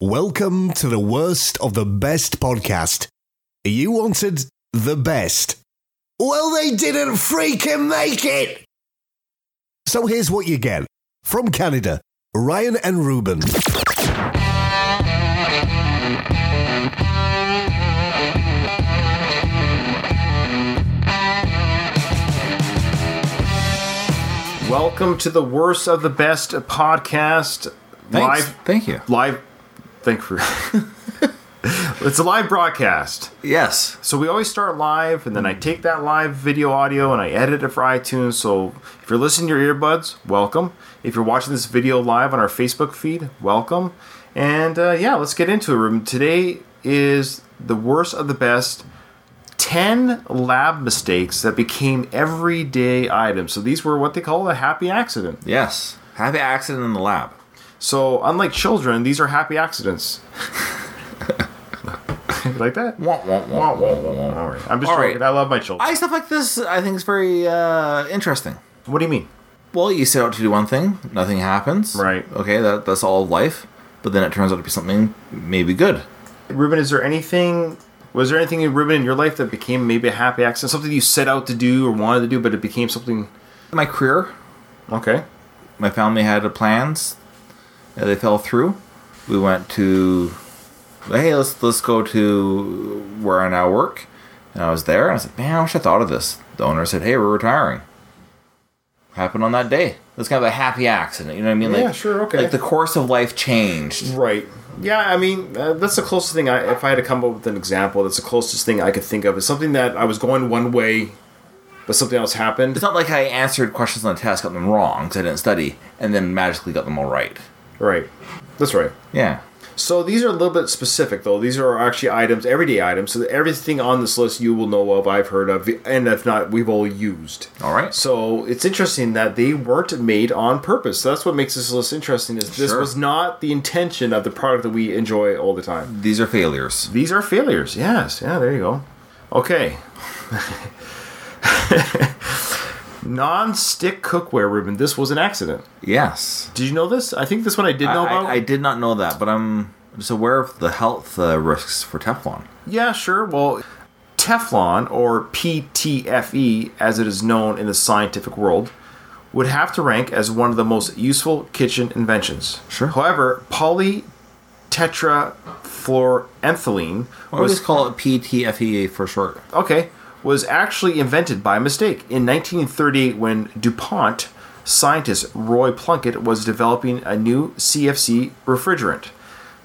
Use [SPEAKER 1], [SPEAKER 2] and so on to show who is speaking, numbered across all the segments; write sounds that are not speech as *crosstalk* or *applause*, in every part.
[SPEAKER 1] Welcome to the worst of the best podcast. You wanted the best. Well, they didn't freaking make it! So here's what you get from Canada Ryan and Ruben.
[SPEAKER 2] Welcome to the worst of the best podcast
[SPEAKER 3] Thanks.
[SPEAKER 2] live
[SPEAKER 3] Thank you.
[SPEAKER 2] live. Thank for *laughs* it's a live broadcast,
[SPEAKER 3] Yes.
[SPEAKER 2] so we always start live, and then I take that live video audio and I edit it for iTunes. So if you're listening to your earbuds, welcome. If you're watching this video live on our Facebook feed, welcome. And uh, yeah, let's get into it. Ruben. Today is the worst of the best 10 lab mistakes that became everyday items. So these were what they call a happy accident.
[SPEAKER 3] Yes. Happy accident in the lab.
[SPEAKER 2] So, unlike children, these are happy accidents. *laughs* You like that? All right. I'm just
[SPEAKER 3] All right.
[SPEAKER 2] joking. I love my children.
[SPEAKER 3] I stuff like this I think is very uh, interesting.
[SPEAKER 2] what do you mean?
[SPEAKER 3] Well, you set out to do one thing, nothing happens.
[SPEAKER 2] Right.
[SPEAKER 3] Okay, that, that's all of life. But then it turns out to be something maybe good.
[SPEAKER 2] Ruben, is there anything? Was there anything, Ruben, in your life that became maybe a happy accident? Something you set out to do or wanted to do, but it became something.
[SPEAKER 3] My career,
[SPEAKER 2] Okay.
[SPEAKER 3] my family had plans. Uh, they fell through. We went to hey, let's let's go to where I now work. And I was there and I said, Man, I wish I thought of this. The owner said, Hey, we're retiring. Happened on that day. That's kind of a happy accident, you know what I mean?
[SPEAKER 2] Yeah, sure, okay.
[SPEAKER 3] Like the course of life changed.
[SPEAKER 2] Right. Yeah, I mean, uh, that's the closest thing. I, if I had to come up with an example, that's the closest thing I could think of. Is something that I was going one way, but something else happened.
[SPEAKER 3] It's not like I answered questions on the test, got them wrong because I didn't study, and then magically got them all right.
[SPEAKER 2] Right. That's right.
[SPEAKER 3] Yeah.
[SPEAKER 2] So these are a little bit specific, though. These are actually items, everyday items. So everything on this list you will know of, I've heard of, and if not, we've all used.
[SPEAKER 3] All right.
[SPEAKER 2] So it's interesting that they weren't made on purpose. So that's what makes this list interesting. Is this
[SPEAKER 3] Sure.
[SPEAKER 2] was not the intention of the product that we enjoy all the time.
[SPEAKER 3] These are failures.
[SPEAKER 2] These are failures. Yes. Yeah. There you go. Okay. *laughs* Non-stick cookware, Ruben. This was an accident.
[SPEAKER 3] Yes.
[SPEAKER 2] Did you know this? I think this one I did know
[SPEAKER 3] I,
[SPEAKER 2] about.
[SPEAKER 3] I, I did not know that, but I'm just aware of the health uh, risks for Teflon.
[SPEAKER 2] Yeah, sure. Well, Teflon, or PTFE E, as it is known in the scientific world, would have to rank as one of the most useful kitchen inventions.
[SPEAKER 3] Sure.
[SPEAKER 2] However, polytetrafluoroethylene
[SPEAKER 3] I always
[SPEAKER 2] was
[SPEAKER 3] call it PTFE E for short.
[SPEAKER 2] okay was actually invented by mistake in 1938 when DuPont scientist Roy Plunkett was developing a new CFC refrigerant.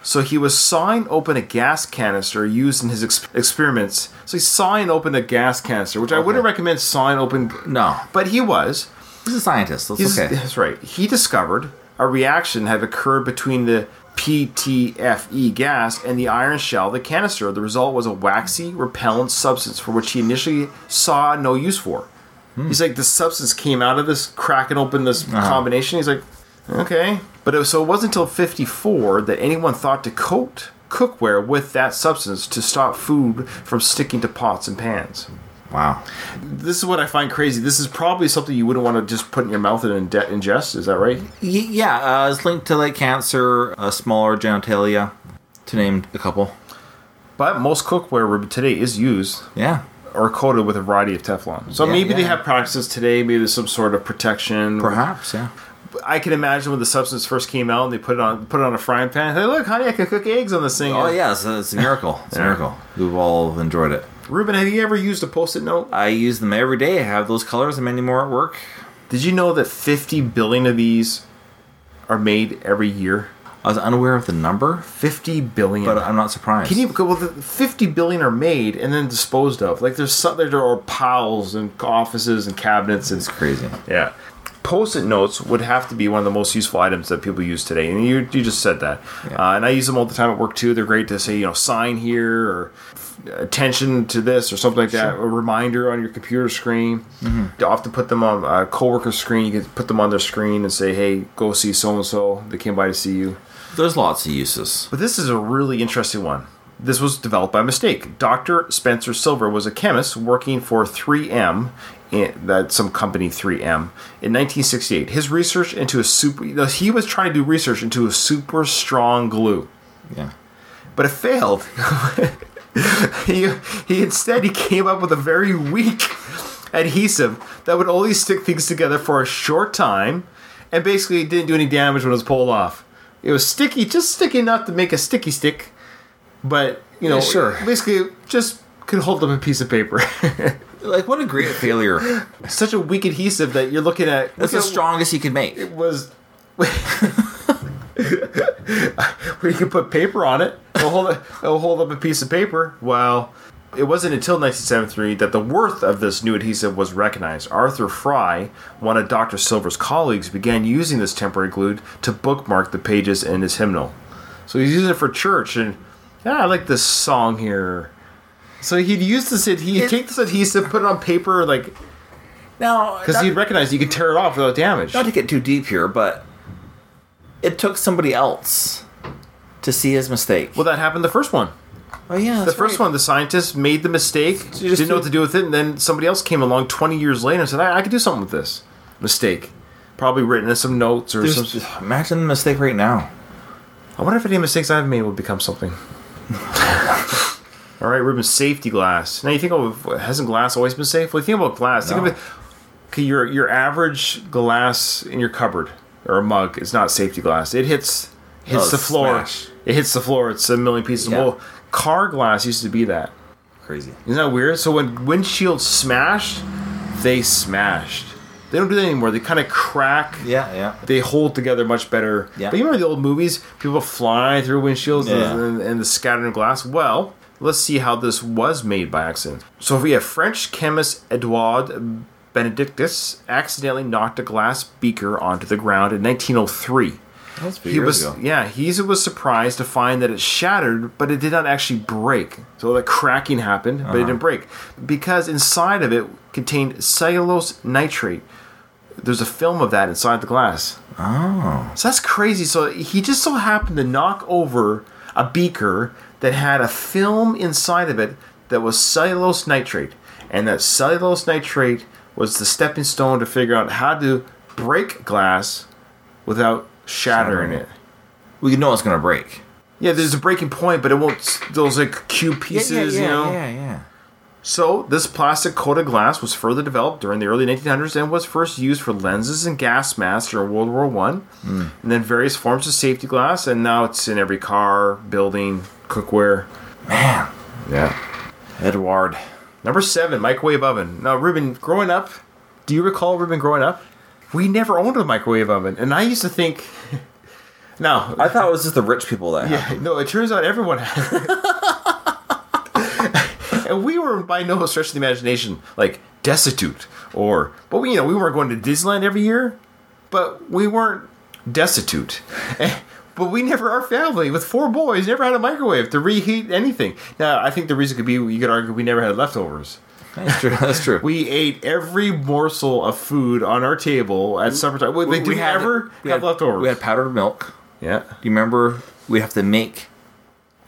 [SPEAKER 2] So he was sawing open a gas canister used in his ex- experiments. So he's sawing open a gas canister, which I wouldn't recommend sawing open.
[SPEAKER 3] No,
[SPEAKER 2] But he was.
[SPEAKER 3] he's a scientist. That's
[SPEAKER 2] He's, *laughs*
[SPEAKER 3] okay.
[SPEAKER 2] That's right. He discovered a reaction had occurred between the PTFE E gas and the iron shell of the canister. The result was a waxy, repellent substance for which he initially saw no use for. He's like, the substance came out of this, cracking open this
[SPEAKER 3] Uh-huh.
[SPEAKER 2] combination. He's like, okay. But it was, so it wasn't until 54 that anyone thought to coat cookware with that substance to stop food from sticking to pots and pans
[SPEAKER 3] Wow.
[SPEAKER 2] this is what I find crazy. This is probably something you wouldn't want to just put in your mouth and inde- ingest. Is that right?
[SPEAKER 3] Y- yeah, uh, it's linked to like cancer, uh, smaller genitalia, to name a couple.
[SPEAKER 2] But most cookware today is used
[SPEAKER 3] Yeah,
[SPEAKER 2] or coated with a variety of Teflon. So
[SPEAKER 3] Yeah,
[SPEAKER 2] maybe they
[SPEAKER 3] yeah.
[SPEAKER 2] have practices today. Maybe there's some sort of protection.
[SPEAKER 3] perhaps. Yeah.
[SPEAKER 2] I can imagine when the substance first came out and they put it on put it on a frying pan. Hey, look, honey, I can cook eggs on this thing.
[SPEAKER 3] Oh yeah, it's, it's a miracle. It's a miracle. We've all enjoyed it.
[SPEAKER 2] Ruben, have you ever used a post-it note?
[SPEAKER 3] I use them every day. I have those colors and many more at work.
[SPEAKER 2] Did you know that 50 billion of these are made every year?
[SPEAKER 3] I was unaware of the number,
[SPEAKER 2] 50 billion.
[SPEAKER 3] but I'm not surprised.
[SPEAKER 2] Can you well, the fifty billion are made and then disposed of. Like there's some, there are piles and offices and cabinets and
[SPEAKER 3] It's crazy.
[SPEAKER 2] yeah. Post-it notes would have to be one of the most useful items that people use today, and you you just said that.
[SPEAKER 3] Yeah.
[SPEAKER 2] Uh, and I use them all the time at work too. They're great to say you know sign here or attention to this or something like that. A reminder on your computer screen. You often put them on a coworker's screen. You can put them on their screen and say, "Hey, go see so and so. They came by to see you."
[SPEAKER 3] There's lots of uses.
[SPEAKER 2] But this is a really interesting one. This was developed by mistake. Dr. Spencer Silver was a chemist working for 3M, in, that some company 3M, in 1968. His research into a super, he was trying to do research into a super strong glue.
[SPEAKER 3] Yeah.
[SPEAKER 2] but it failed. *laughs* he, he instead he came up with a very weak adhesive that would only stick things together for a short time, and basically it didn't do any damage when it was pulled off. It was sticky, just sticky enough to make a sticky stick, but you know,
[SPEAKER 3] Yeah, sure.
[SPEAKER 2] basically just could hold up a piece of paper. *laughs*
[SPEAKER 3] Like what a great failure.
[SPEAKER 2] Such a weak adhesive that you're looking at.
[SPEAKER 3] That's the
[SPEAKER 2] look at-
[SPEAKER 3] strongest you could make.
[SPEAKER 2] was *laughs* we could put paper on it. It'll hold, it'll hold up a piece of paper. Well, it wasn't until 1973 that the worth of this new adhesive was recognized. Arthur Fry, one of Dr. Silver's colleagues, began using this temporary glue to bookmark the pages in his hymnal. So he's using it for church, and yeah, I like this song here. So he'd use this. adhe- He'd
[SPEAKER 3] It-
[SPEAKER 2] take this adhesive, put it on paper, like
[SPEAKER 3] Now,
[SPEAKER 2] because
[SPEAKER 3] not-
[SPEAKER 2] he'd recognize you could tear it off without damage.
[SPEAKER 3] not to get too deep here, but it took somebody else to see his mistake.
[SPEAKER 2] Well, that happened the first one.
[SPEAKER 3] oh yeah,
[SPEAKER 2] The first one, the scientist made the mistake,
[SPEAKER 3] you just
[SPEAKER 2] didn't know what to do with it, and then somebody else came along 20 years later and said, I, I could do something with this mistake. Probably written in some notes or some.
[SPEAKER 3] imagine the mistake right now.
[SPEAKER 2] I wonder if any mistakes I've made will become something. *laughs* All right, Ruben, safety glass. Now you think, oh, hasn't glass always been safe? Well, you think about glass.
[SPEAKER 3] No.
[SPEAKER 2] Think of it. Okay, your your average glass in your cupboard or a mug is not safety glass. It hits hits
[SPEAKER 3] Oh,
[SPEAKER 2] the floor.
[SPEAKER 3] smash.
[SPEAKER 2] It hits the floor. It's a million pieces.
[SPEAKER 3] Yeah.
[SPEAKER 2] Well, car glass used to be that.
[SPEAKER 3] Crazy.
[SPEAKER 2] Isn't that weird? So when windshields smashed, they smashed. They don't do that anymore. They kind of crack.
[SPEAKER 3] Yeah, yeah.
[SPEAKER 2] They hold together much better.
[SPEAKER 3] Yeah.
[SPEAKER 2] But you remember the old movies? People flying through windshields
[SPEAKER 3] Yeah.
[SPEAKER 2] and, and the scattering glass. Well, let's see how this was made by accident. So we have French chemist Edouard Benedictus accidentally knocked a glass beaker onto the ground in 1903
[SPEAKER 3] That was a few
[SPEAKER 2] he
[SPEAKER 3] years
[SPEAKER 2] was
[SPEAKER 3] ago.
[SPEAKER 2] yeah he was surprised to find that it shattered but it did not actually break so the cracking happened
[SPEAKER 3] Uh-huh.
[SPEAKER 2] but it didn't break because inside of it contained cellulose nitrate there's a film of that inside the glass
[SPEAKER 3] Oh,
[SPEAKER 2] so that's crazy so he just so happened to knock over a beaker that had a film inside of it that was cellulose nitrate and that cellulose nitrate was the stepping stone to figure out how to break glass without shattering
[SPEAKER 3] Shattering it.
[SPEAKER 2] it
[SPEAKER 3] we know it's gonna break.
[SPEAKER 2] yeah, there's a breaking point, but it won't. Those like cube pieces, you know.
[SPEAKER 3] yeah, yeah.
[SPEAKER 2] So this plastic coated glass was further developed during the early 1900s and was first used for lenses and gas masks during World War One, and then various forms of safety glass, and now it's in every car, building, cookware.
[SPEAKER 3] Man,
[SPEAKER 2] Yeah.
[SPEAKER 3] Edward.
[SPEAKER 2] Number seven, microwave oven. Now, Ruben, growing up, do you recall Ruben growing up? We never owned a microwave oven, and I used to think. *laughs* No,
[SPEAKER 3] I thought it was just the rich people that. had-
[SPEAKER 2] Yeah, *laughs* no, it turns out everyone had it.
[SPEAKER 3] *laughs*
[SPEAKER 2] and we were by no stretch of the imagination like destitute or but we you know we weren't going to Disneyland every year, but we weren't destitute. *laughs* but we never our family with four boys never had a microwave to reheat anything. Now I think the reason could be you could argue we never had leftovers.
[SPEAKER 3] *laughs* That's true. That's true.
[SPEAKER 2] We ate every morsel of food on our table at supper time. Wait, like, did we,
[SPEAKER 3] had-
[SPEAKER 2] ever
[SPEAKER 3] Mm. we
[SPEAKER 2] have
[SPEAKER 3] had-
[SPEAKER 2] leftovers?
[SPEAKER 3] We had powdered milk.
[SPEAKER 2] yeah.
[SPEAKER 3] Do you remember? We have to make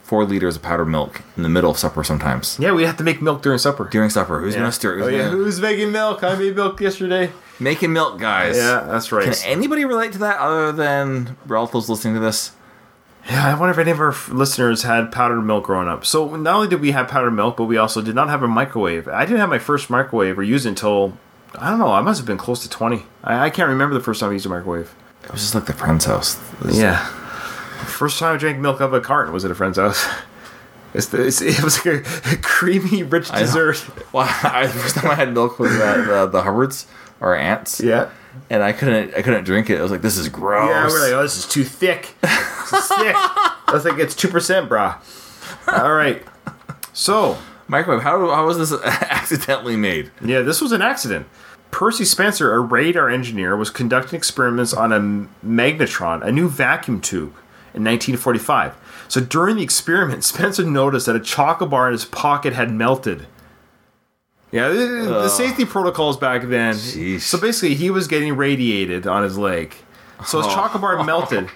[SPEAKER 3] four liters of powdered milk in the middle of supper sometimes.
[SPEAKER 2] Yeah, we had to make milk during supper.
[SPEAKER 3] During supper, who's gonna stir? Who's
[SPEAKER 2] Oh, yeah.
[SPEAKER 3] gonna-
[SPEAKER 2] Who's making milk? I made milk yesterday.
[SPEAKER 3] Making milk, guys.
[SPEAKER 2] that's
[SPEAKER 3] Can
[SPEAKER 2] right.
[SPEAKER 3] anybody relate to that other than relatives listening to this?
[SPEAKER 2] yeah, I wonder if any of our f- listeners had powdered milk growing up. So not only did we have powdered milk, but we also did not have a microwave. I didn't have my first microwave or use it until I don't know. I must have been close to twenty. I, I can't remember the first time I used a microwave.
[SPEAKER 3] It was just like the friend's house. It was-
[SPEAKER 2] Yeah, *laughs* first time I drank milk out of a carton was at a friend's house. *laughs* It's the, it's, it was like a, *laughs* creamy, rich
[SPEAKER 3] know.
[SPEAKER 2] dessert.
[SPEAKER 3] Well, *laughs* I, the first time I had milk was at the, the Hubbards, our aunts.
[SPEAKER 2] Yeah.
[SPEAKER 3] And I couldn't, I couldn't drink it. I was like, this is gross.
[SPEAKER 2] Yeah, we're like, oh, this is too thick. This is thick. I think it's two percent, brah. All right. So
[SPEAKER 3] Microwave. How, how was this *laughs* accidentally made?
[SPEAKER 2] yeah, this was an accident. Percy Spencer, a radar engineer, was conducting experiments on a m- magnetron, a new vacuum tube, in 1945. So during the experiment, *laughs* Spencer noticed that a chocolate bar in his pocket had melted. Yeah, th- th- the safety protocols back then.
[SPEAKER 3] Jeez.
[SPEAKER 2] So basically, he was getting radiated on his leg. So his chocolate bar melted.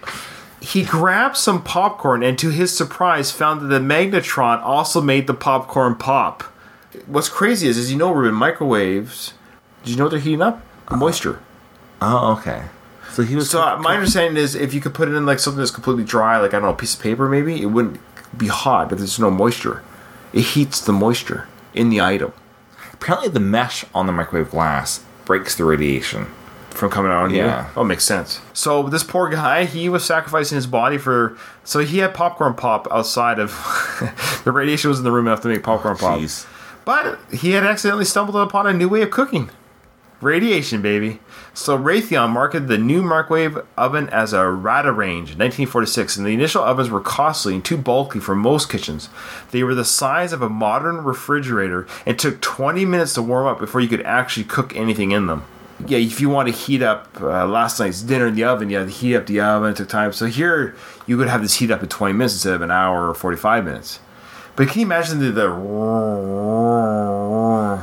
[SPEAKER 2] He grabbed some popcorn and, to his surprise, found that the magnetron also made the popcorn pop. What's crazy is, as you know, Ruben, microwaves. Did you know they're heating up? Moisture.
[SPEAKER 3] Oh, okay. So he was
[SPEAKER 2] So uh, my understanding is if you could put it in like something that's completely dry, like I don't know, a piece of paper maybe, it wouldn't be hot if there's no moisture. It heats the moisture in the item
[SPEAKER 3] apparently the mesh on the microwave glass breaks the radiation.
[SPEAKER 2] from coming out on you.
[SPEAKER 3] Yeah.
[SPEAKER 2] Oh, makes sense. So this poor guy, he was sacrificing his body for. So he had popcorn pop outside of. *laughs* the radiation was in the room enough to make popcorn pop.
[SPEAKER 3] Jeez.
[SPEAKER 2] But he had accidentally stumbled upon a new way of cooking radiation, baby. So Raytheon marketed the new microwave oven as a Rata Range in 1946, and the initial ovens were costly and too bulky for most kitchens. They were the size of a modern refrigerator and took 20 minutes to warm up before you could actually cook anything in them. Yeah, if you want to heat up uh, last night's dinner in the oven, you had to heat up the oven. It took time. So here, you could have this heat up in 20 minutes instead of an hour or 45 minutes. But can you imagine the, the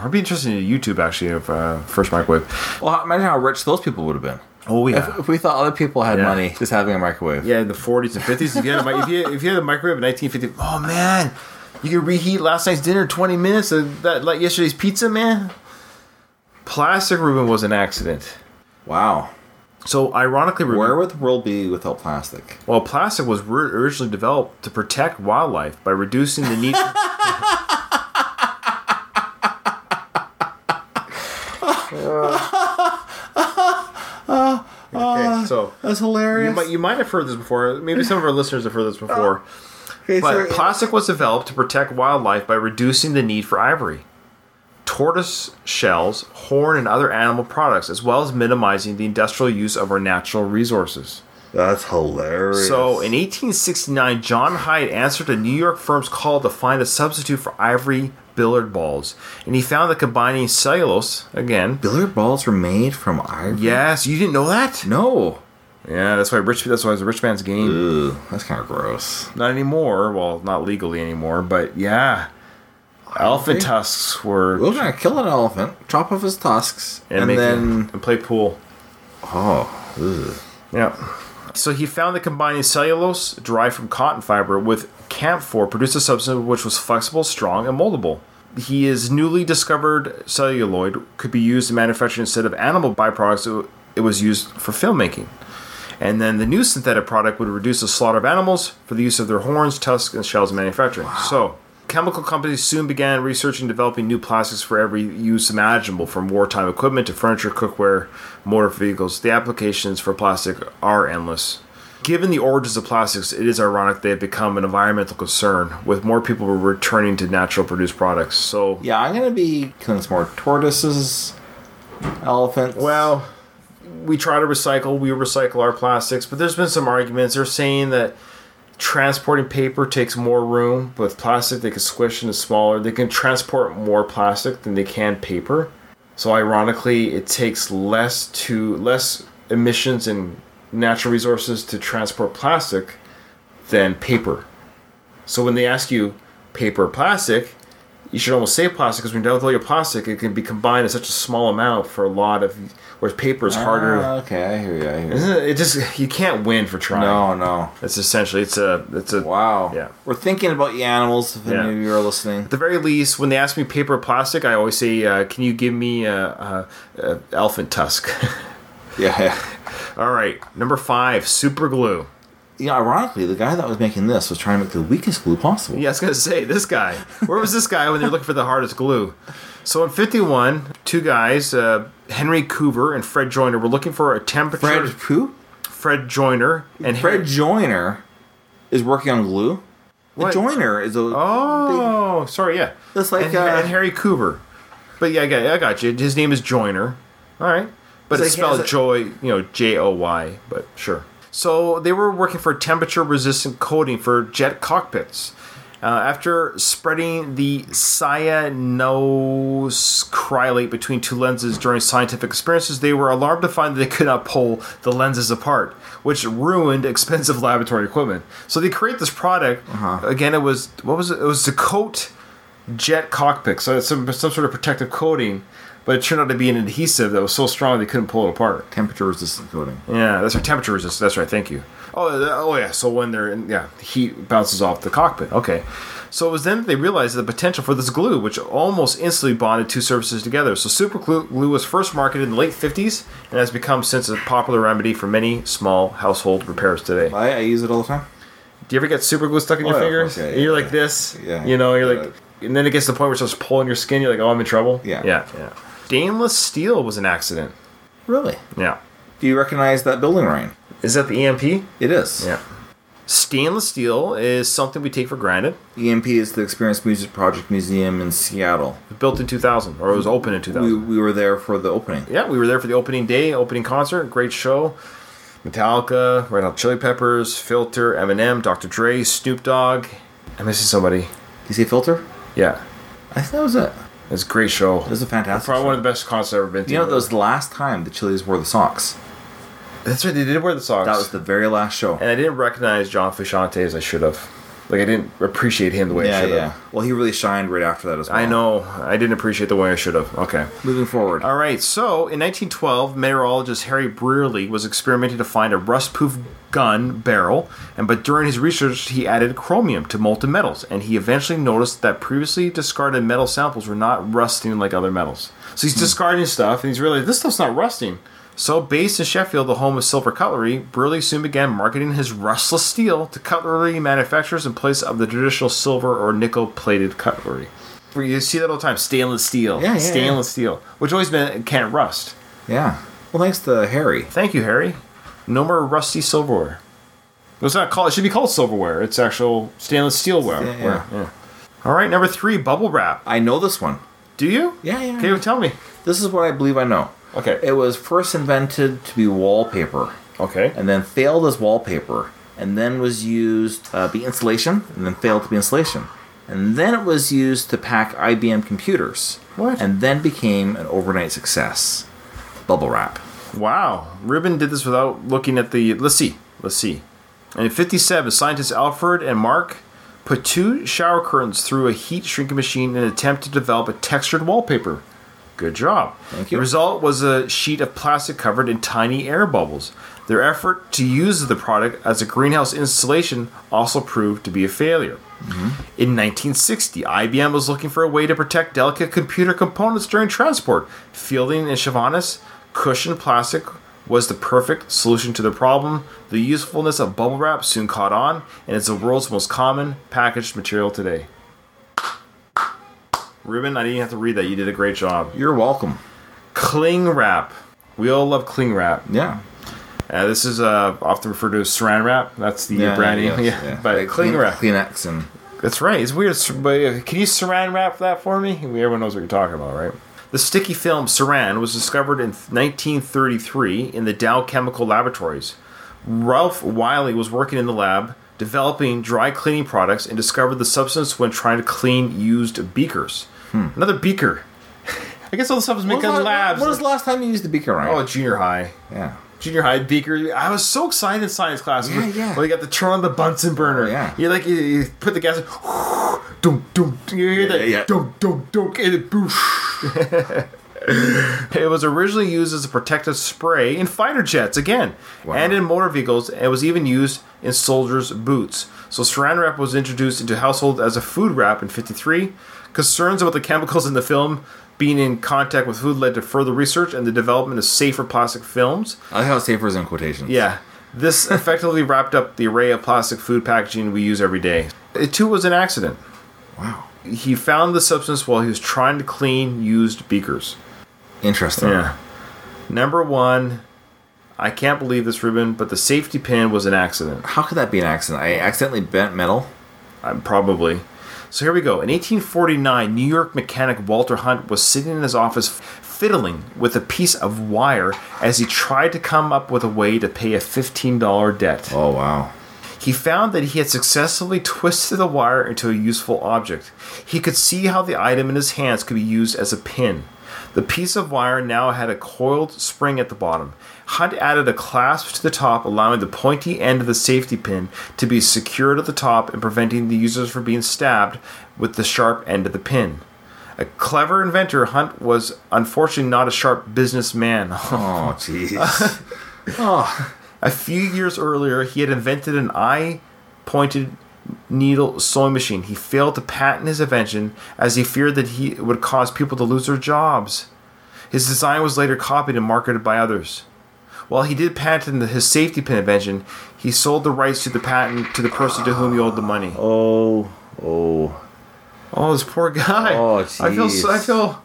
[SPEAKER 2] I'd be interested in YouTube actually of uh, first microwave.
[SPEAKER 3] Well, imagine how rich those people would have been.
[SPEAKER 2] Oh
[SPEAKER 3] If, if we thought other people had
[SPEAKER 2] Yeah.
[SPEAKER 3] money just having a microwave.
[SPEAKER 2] yeah, in the 40s and 50s. If you had a, mi- if you, if you had a microwave in 1950, oh man, you could reheat last night's dinner in 20 minutes of that like yesterday's pizza, man. Plastic Reuben was an accident.
[SPEAKER 3] Wow.
[SPEAKER 2] So ironically, Reuben,
[SPEAKER 3] Where would the world be without plastic?
[SPEAKER 2] Well, plastic was ri- originally developed to protect wildlife by reducing the need. okay, so
[SPEAKER 3] Uh, That's hilarious.
[SPEAKER 2] you might you might have heard this before. Maybe some of our listeners have heard this before.
[SPEAKER 3] Uh, Okay,
[SPEAKER 2] But
[SPEAKER 3] so-
[SPEAKER 2] plastic was developed to protect wildlife by reducing the need for ivory, tortoise shells, horn, and other animal products, as well as minimizing the industrial use of our natural resources.
[SPEAKER 3] that's hilarious.
[SPEAKER 2] So in 1869, John Hyde answered a New York firm's call to find a substitute for ivory billiard balls, and he found that combining cellulose again.
[SPEAKER 3] billiard balls were made from ivory.
[SPEAKER 2] Yes, you didn't know that. Mm.
[SPEAKER 3] No.
[SPEAKER 2] Yeah, that's why rich. That's why it's a rich man's game.
[SPEAKER 3] Ooh, that's kind of gross.
[SPEAKER 2] Not anymore. Well, not legally anymore, but yeah, elephant tusks were.
[SPEAKER 3] We're gonna kill an elephant, chop off his tusks, and,
[SPEAKER 2] make-
[SPEAKER 3] then
[SPEAKER 2] and play pool.
[SPEAKER 3] oh, ugh.
[SPEAKER 2] Yeah. So he found that combining cellulose derived from cotton fiber with camphor produced a substance which was flexible, strong, and moldable. He is newly discovered celluloid could be used in manufacturing instead of animal byproducts. It, it was used for filmmaking. And then the new synthetic product would reduce the slaughter of animals for the use of their horns, tusks, and shells in manufacturing. So, chemical companies soon began researching and developing new plastics for every use imaginable, from wartime equipment to furniture, cookware, motor vehicles. The applications for plastic are endless. Given the origins of plastics, it is ironic they have become an environmental concern, with more people returning to natural produced products. So,
[SPEAKER 3] yeah, I'm gonna be killing some more tortoises, elephants.
[SPEAKER 2] Well, we try to recycle. We recycle our plastics, but there's been some arguments. They're saying that transporting paper takes more room. With plastic, they can squish into smaller. They can transport more plastic than they can paper. So ironically, it takes less to less emissions and natural resources to transport plastic than paper. So when they ask you paper or plastic, you should almost say plastic because when you're done with all your plastic, it can be combined in such a small amount for a lot of. Whereas paper is harder.
[SPEAKER 3] Ah, okay, I hear you. I hear you.
[SPEAKER 2] Isn't it, it just you can't win for trying.
[SPEAKER 3] Ah. No, no.
[SPEAKER 2] It's essentially it's a it's a
[SPEAKER 3] Wow.
[SPEAKER 2] Yeah.
[SPEAKER 3] We're thinking about you animals. If
[SPEAKER 2] Yeah.
[SPEAKER 3] any of you are listening,
[SPEAKER 2] At the very least, when they ask me paper or plastic, I always say, uh, "Can you give me uh, uh, uh, elephant tusk?" *laughs*
[SPEAKER 3] yeah. yeah.
[SPEAKER 2] all right, number five, super glue.
[SPEAKER 3] You know, ironically, the guy that was making this was trying to make the weakest glue possible.
[SPEAKER 2] Yeah, I was gonna say this guy. Where was this guy when they're looking for the hardest glue? So in '51, two guys, uh, Henry Coover and Fred Joyner, were looking for a temperature.
[SPEAKER 3] Fred who?
[SPEAKER 2] Fred Joyner and
[SPEAKER 3] Fred Joyner is working on glue. The
[SPEAKER 2] What?
[SPEAKER 3] joiner is a
[SPEAKER 2] Oh, sorry, yeah.
[SPEAKER 3] That's like,
[SPEAKER 2] and,
[SPEAKER 3] uh,
[SPEAKER 2] and Harry Coover. But yeah, I got, I got you. His name is Joyner. All right, but it's,
[SPEAKER 3] It's like-
[SPEAKER 2] spelled
[SPEAKER 3] it's
[SPEAKER 2] Joy, you know, J O Y. But sure. So they were working for temperature-resistant coating for jet cockpits. Uh, after spreading the cyanocrylate between two lenses during scientific experiences, they were alarmed to find that they could not pull the lenses apart, which ruined expensive *laughs* laboratory equipment. So they create this product. Again, it was what was it? It was to coat jet cockpit, so it's some some sort of protective coating, but it turned out to be an adhesive that was so strong they couldn't pull it apart.
[SPEAKER 3] temperature resistant coating.
[SPEAKER 2] Yeah, that's our temperature resistance. That's right. Thank you. Oh, th- oh yeah. So when they're in, yeah, the heat bounces off the cockpit. Okay. So it was then that they realized the potential for this glue, which almost instantly bonded two surfaces together. So super glue, glue was first marketed in the late 50s and has become since a popular remedy for many small household repairs today.
[SPEAKER 3] I, I use it all the time.
[SPEAKER 2] Do you ever get super glue stuck in your
[SPEAKER 3] Oh, yeah,
[SPEAKER 2] fingers?
[SPEAKER 3] okay,
[SPEAKER 2] and you're
[SPEAKER 3] yeah,
[SPEAKER 2] like this.
[SPEAKER 3] Yeah.
[SPEAKER 2] You know, you're
[SPEAKER 3] Yeah.
[SPEAKER 2] like, and then it gets to the point where it starts pulling your skin. You're like, oh, I'm in trouble.
[SPEAKER 3] Yeah.
[SPEAKER 2] Yeah. Yeah. Stainless steel was an accident.
[SPEAKER 3] Really?
[SPEAKER 2] Yeah.
[SPEAKER 3] Do you recognize that building rain?
[SPEAKER 2] Is that the EMP?
[SPEAKER 3] It is.
[SPEAKER 2] Yeah. Stainless steel is something we take for granted.
[SPEAKER 3] EMP is the Experience Music Project Museum in Seattle.
[SPEAKER 2] It was built in 2000, or it was open in 2000.
[SPEAKER 3] We, we were there for the opening.
[SPEAKER 2] yeah, we were there for the opening day, opening concert, great show. Metallica, Red Hot Chili Peppers, Filter, Eminem, Dr. Dre, Snoop Dogg. I'm missing somebody.
[SPEAKER 3] Do you see Filter?
[SPEAKER 2] Yeah,
[SPEAKER 3] I think that was it.
[SPEAKER 2] it's a great show.
[SPEAKER 3] It was a fantastic.
[SPEAKER 2] Probably
[SPEAKER 3] show.
[SPEAKER 2] one of the best concerts I've ever been to.
[SPEAKER 3] you know, that was the last time the Chilis wore the socks.
[SPEAKER 2] That's right. They did wear the socks.
[SPEAKER 3] That was the very last show.
[SPEAKER 2] and I didn't recognize John Frusciante as I should have. Like I didn't appreciate him the way I
[SPEAKER 3] Yeah,
[SPEAKER 2] should have.
[SPEAKER 3] yeah. Well, he really shined right after that as well.
[SPEAKER 2] I know. Uh, I didn't appreciate the way I should have. Okay.
[SPEAKER 3] Moving forward.
[SPEAKER 2] All right. So in 1912, meteorologist Harry Brearley was experimenting to find a rust-proof gun barrel, and but during his research, he added chromium to molten metals, and he eventually noticed that previously discarded metal samples were not rusting like other metals. So he's discarding stuff, and he's realized this stuff's not rusting. So, based in Sheffield, the home of silver cutlery, Brearley soon began marketing his rustless steel to cutlery manufacturers in place of the traditional silver or nickel plated cutlery. Where You see that all the time stainless steel.
[SPEAKER 3] Yeah, yeah,
[SPEAKER 2] stainless steel, which always been can't rust.
[SPEAKER 3] Yeah. Well, thanks to Harry.
[SPEAKER 2] Thank you, Harry. No more rusty silverware. Well, It's not called. It should be called silverware. It's actual stainless steelware.
[SPEAKER 3] Yeah, yeah.
[SPEAKER 2] Ware, yeah. All right, number three, bubble wrap.
[SPEAKER 3] I know this one.
[SPEAKER 2] Do you?
[SPEAKER 3] Yeah, yeah.
[SPEAKER 2] Okay, well, tell me.
[SPEAKER 3] This is what I believe I know.
[SPEAKER 2] Okay.
[SPEAKER 3] It was first invented to be wallpaper,
[SPEAKER 2] Okay.
[SPEAKER 3] and then failed as wallpaper, and then was used to be insulation, and then failed to be insulation. And then it was used to pack IBM computers.
[SPEAKER 2] What?
[SPEAKER 3] And then became an overnight success. Bubble wrap.
[SPEAKER 2] Wow. Rubin did this without looking at the. Let's see. Let's see. And in 57, scientists Alfred and Mark put two shower curtains through a heat shrinking machine in an attempt to develop a textured wallpaper. Good job.
[SPEAKER 3] Thank you.
[SPEAKER 2] The result was a sheet of plastic covered in tiny air bubbles. Their effort to use the product as a greenhouse installation also proved to be a failure. In 1960, IBM was looking for a way to protect delicate computer components during transport. Fielding and Chavannes cushioned plastic was the perfect solution to the problem. The usefulness of bubble wrap soon caught on, and it's the world's most common packaged material today. Ruben, I didn't have to read that. You did a great job.
[SPEAKER 3] You're welcome.
[SPEAKER 2] Cling wrap. We all love cling wrap.
[SPEAKER 3] Yeah.
[SPEAKER 2] Uh, this is uh, often referred to as saran wrap. That's the
[SPEAKER 3] Yeah,
[SPEAKER 2] brand name.
[SPEAKER 3] yes,
[SPEAKER 2] yeah, but
[SPEAKER 3] Like
[SPEAKER 2] cling wrap.
[SPEAKER 3] Kleenex and
[SPEAKER 2] That's right. It's weird. Sar- but, uh, Can you saran wrap that for me? We- Everyone knows what you're talking about, right? The sticky film saran was discovered in 1933 in the Dow Chemical Laboratories. Ralph Wiley was working in the lab developing dry cleaning products and discovered the substance when trying to clean used beakers. Another beaker. *laughs* I guess all the stuff is made in labs.
[SPEAKER 3] When Hmm. was the last time you used the beaker right?
[SPEAKER 2] oh, junior high
[SPEAKER 3] yeah.
[SPEAKER 2] junior high beaker. I was so excited in science class.
[SPEAKER 3] Yeah, yeah. Oh,
[SPEAKER 2] When you got to turn on the Bunsen burner.
[SPEAKER 3] yeah.
[SPEAKER 2] You like you, you put the gas. Dum dum. You hear that?
[SPEAKER 3] yeah.
[SPEAKER 2] Dum dum dum. And it boosh.
[SPEAKER 3] *laughs*
[SPEAKER 2] it was originally used as a protective spray in fighter jets again,
[SPEAKER 3] Wow.
[SPEAKER 2] and in motor vehicles, and was even used in soldiers' boots. So saran wrap was introduced into households as a food wrap in '53. Concerns about the chemicals in the film being in contact with food led to further research and the development of safer plastic films.
[SPEAKER 3] I like how safer is in quotations.
[SPEAKER 2] Yeah. This effectively wrapped up the array of plastic food packaging we use every day. It too was an accident.
[SPEAKER 3] Wow.
[SPEAKER 2] He found the substance while he was trying to clean used beakers.
[SPEAKER 3] Interesting.
[SPEAKER 2] Number one, I can't believe this, Ruben, but the safety pin was an accident.
[SPEAKER 3] How could that be an accident? I accidentally bent metal.
[SPEAKER 2] I'm probably. So here we go. In 1849, New York mechanic Walter Hunt was sitting in his office fiddling with a piece of wire as he tried to come up with a way to pay a $15 debt.
[SPEAKER 3] Oh wow.
[SPEAKER 2] He found that he had successfully twisted the wire into a useful object. He could see how the item in his hands could be used as a pin. The piece of wire now had a coiled spring at the bottom. Hunt added a clasp to the top, allowing the pointy end of the safety pin to be secured at the top and preventing the users from being stabbed with the sharp end of the pin. A clever inventor, Hunt *laughs* Oh,
[SPEAKER 3] *laughs*
[SPEAKER 2] was unfortunately not a sharp businessman.
[SPEAKER 3] Oh jeez. oh.
[SPEAKER 2] A few years earlier, he had invented an eye pointed needle sewing machine. He failed to patent his invention as he feared that he would cause people to lose their jobs. His design was later copied and marketed by others. While he did patent the- his safety pin invention, he sold the rights to the patent to the person to whom he owed the money.
[SPEAKER 3] Oh, oh.
[SPEAKER 2] Oh, this poor guy.
[SPEAKER 3] Oh,
[SPEAKER 2] I feel. so- I
[SPEAKER 3] jeez.
[SPEAKER 2] feel.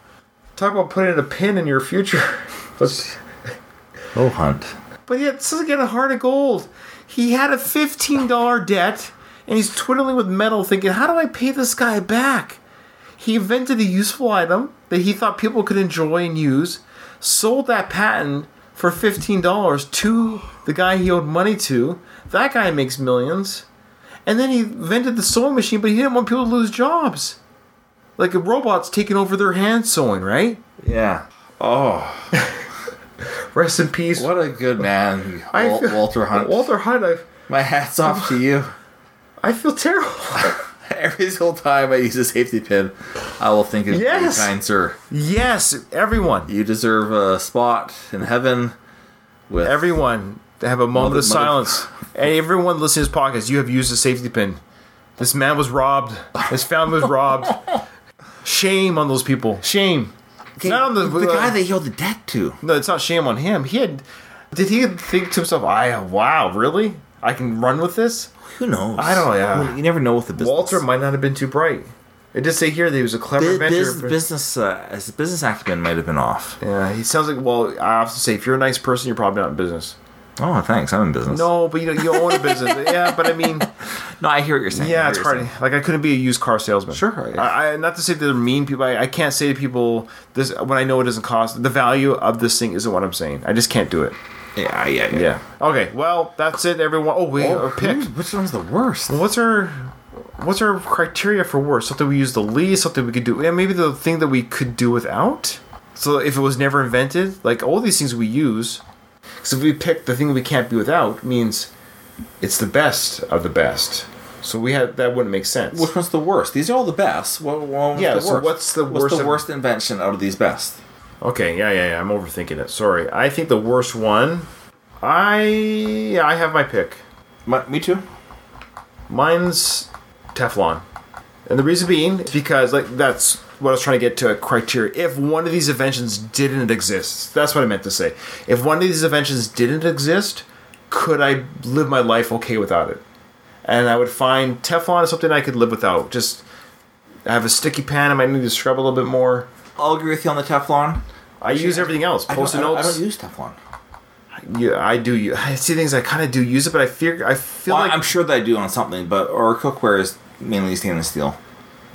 [SPEAKER 2] Talk about putting a pin in your future. *laughs* But,
[SPEAKER 3] Oh, Hunt.
[SPEAKER 2] but yet, still get a heart of gold. He had a fifteen dollar debt, and he's twiddling with metal, thinking, "How do I pay this guy back?" He invented a useful item that he thought people could enjoy and use. Sold that patent for fifteen dollars to the guy he owed money to. That guy makes millions. And then he invented the sewing machine, but he didn't want people to lose jobs. Like a robot's taking over their hand sewing, right?
[SPEAKER 3] Yeah. Oh,
[SPEAKER 2] Rest in peace.
[SPEAKER 3] what a good man,
[SPEAKER 2] *laughs* I
[SPEAKER 3] Wal-
[SPEAKER 2] feel-
[SPEAKER 3] Walter Hunt.
[SPEAKER 2] Walter Hunt, I,
[SPEAKER 3] My hat's off to
[SPEAKER 2] *laughs*
[SPEAKER 3] you.
[SPEAKER 2] I feel terrible.
[SPEAKER 3] Every single time I use a safety pin, I will think of
[SPEAKER 2] Yes.
[SPEAKER 3] you, kind sir.
[SPEAKER 2] yes, everyone.
[SPEAKER 3] You deserve a spot in heaven with
[SPEAKER 2] Everyone. To have a moment
[SPEAKER 3] Mother-
[SPEAKER 2] of silence. And everyone listening to this podcast, you have used a safety pin. This man was robbed. His family was robbed. Shame on those people. Shame.
[SPEAKER 3] Okay,
[SPEAKER 2] Not on the-
[SPEAKER 3] the guy that he owed the debt to.
[SPEAKER 2] No, it's not shame on him. He had. Did he think to himself, "I wow, really? I can run with this"?
[SPEAKER 3] Who knows?
[SPEAKER 2] I don't know, yeah.
[SPEAKER 3] I mean, you never know with the business.
[SPEAKER 2] Walter might not have been too bright. It did say here that he was a clever
[SPEAKER 3] Bu-
[SPEAKER 2] inventor.
[SPEAKER 3] bus-
[SPEAKER 2] but-
[SPEAKER 3] business uh, as a business acumen might have been off.
[SPEAKER 2] Yeah, he sounds like. Well, I have to say, if you're a nice person, you're probably not in business.
[SPEAKER 3] Oh, thanks. I'm in business.
[SPEAKER 2] No, but you know, you own a
[SPEAKER 3] *laughs*
[SPEAKER 2] business. yeah, but I mean,
[SPEAKER 3] no, I hear what you're saying.
[SPEAKER 2] yeah,
[SPEAKER 3] I
[SPEAKER 2] it's
[SPEAKER 3] hear what
[SPEAKER 2] hard.
[SPEAKER 3] you're
[SPEAKER 2] Like I couldn't be a used car salesman.
[SPEAKER 3] Sure, yeah.
[SPEAKER 2] I, I not to say that they're mean people. I, I can't say to people this when I know it doesn't cost the value of this thing isn't what I'm saying. I just can't do it.
[SPEAKER 3] saying. Yeah, yeah, yeah.
[SPEAKER 2] Yeah. Okay. Well, that's it, everyone. Oh, we
[SPEAKER 3] Oh,
[SPEAKER 2] are picked.
[SPEAKER 3] who- Which one's the worst?
[SPEAKER 2] What's our what's our criteria for worst? Something we use the least, something we could do, and maybe the thing that we could do without. So if it was never invented, like all these things we use, because if we pick the thing we can't be without, means it's the best of the best. So we had that wouldn't make sense.
[SPEAKER 3] Which one's the worst? These are all the best. What, what one's
[SPEAKER 2] Yeah,
[SPEAKER 3] the
[SPEAKER 2] so
[SPEAKER 3] worst?
[SPEAKER 2] what's the
[SPEAKER 3] what's
[SPEAKER 2] worst
[SPEAKER 3] the
[SPEAKER 2] of-
[SPEAKER 3] worst invention out of these best?
[SPEAKER 2] Okay, yeah, yeah, yeah. I'm overthinking it. Sorry. I think the worst one. I yeah, I have my pick.
[SPEAKER 3] My, me too.
[SPEAKER 2] Mine's Teflon. And the reason being is because like that's what I was trying to get to a criteria. If one of these inventions didn't exist, that's what I meant to say. If one of these inventions didn't exist, could I live my life okay without it? And I would find Teflon is something I could live without. Just I have a sticky pan, I might need to scrub a little bit more.
[SPEAKER 3] I'll agree with you on the Teflon.
[SPEAKER 2] I use everything else.
[SPEAKER 3] I don't,
[SPEAKER 2] Post-it
[SPEAKER 3] I don't- I
[SPEAKER 2] notes.
[SPEAKER 3] don't use Teflon.
[SPEAKER 2] Yeah, I do. u- I see things. I kind of do use it, but I fear. I feel
[SPEAKER 3] Well,
[SPEAKER 2] like
[SPEAKER 3] I'm sure that I do on something, but our cookware is mainly stainless steel.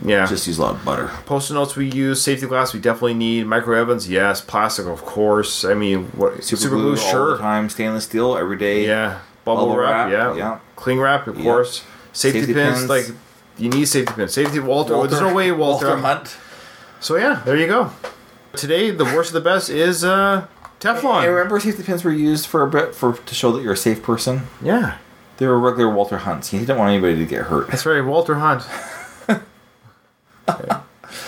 [SPEAKER 2] yeah.
[SPEAKER 3] Just use a lot of butter.
[SPEAKER 2] Post-it notes we use, safety glass we definitely need, microwave ovens, yes, plastic of course. I mean, what super, glue,
[SPEAKER 3] all the
[SPEAKER 2] sure,
[SPEAKER 3] time. Stainless steel every day.
[SPEAKER 2] yeah, bubble,
[SPEAKER 3] Bubble
[SPEAKER 2] wrap,
[SPEAKER 3] wrap,
[SPEAKER 2] yeah.
[SPEAKER 3] yeah.
[SPEAKER 2] cling wrap of course, safety,
[SPEAKER 3] Safety
[SPEAKER 2] pins,
[SPEAKER 3] pins.
[SPEAKER 2] like you need safety pins, safety Walter. oh, there's no way Walter.
[SPEAKER 3] Hunt.
[SPEAKER 2] So yeah, there you go. Today the worst of the best is uh,
[SPEAKER 3] I
[SPEAKER 2] Teflon.
[SPEAKER 3] remember safety pins were used for a bit for to show that you're a safe person.
[SPEAKER 2] Yeah,
[SPEAKER 3] They were regular Walter Hunts. He didn't want anybody to get hurt.
[SPEAKER 2] that's right, Walter
[SPEAKER 3] *laughs*
[SPEAKER 2] Hunt.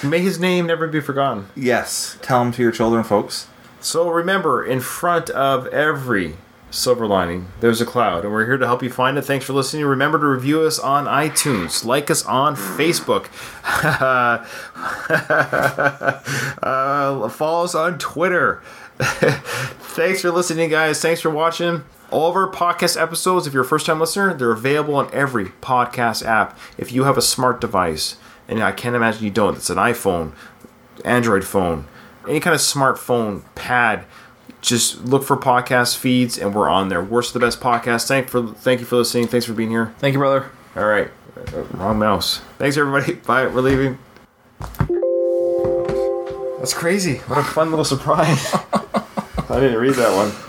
[SPEAKER 2] May his name never be forgotten.
[SPEAKER 3] Yes, tell them to your children, folks.
[SPEAKER 2] So remember, in front of every silver lining, there's a cloud, and we're here to help you find it. Thanks for listening. Remember to review us on iTunes, like us on Facebook, *laughs* uh, follow us on Twitter. *laughs* Thanks for listening, guys. Thanks for watching. All of our podcast episodes, if you're a first time listener, they're available on every podcast app. If you have a smart device, and I can't imagine you don't, it's an iPhone, Android phone, any kind of smartphone, pad, just look for podcast feeds and we're on there. Worst of the best podcast. Thank for thank you for listening. Thanks for being here.
[SPEAKER 3] Thank you, brother.
[SPEAKER 2] All right. Uh, Wrong mouse. Thanks everybody. *laughs* Bye. We're leaving. That's crazy. What a fun little surprise. *laughs* I didn't read that one.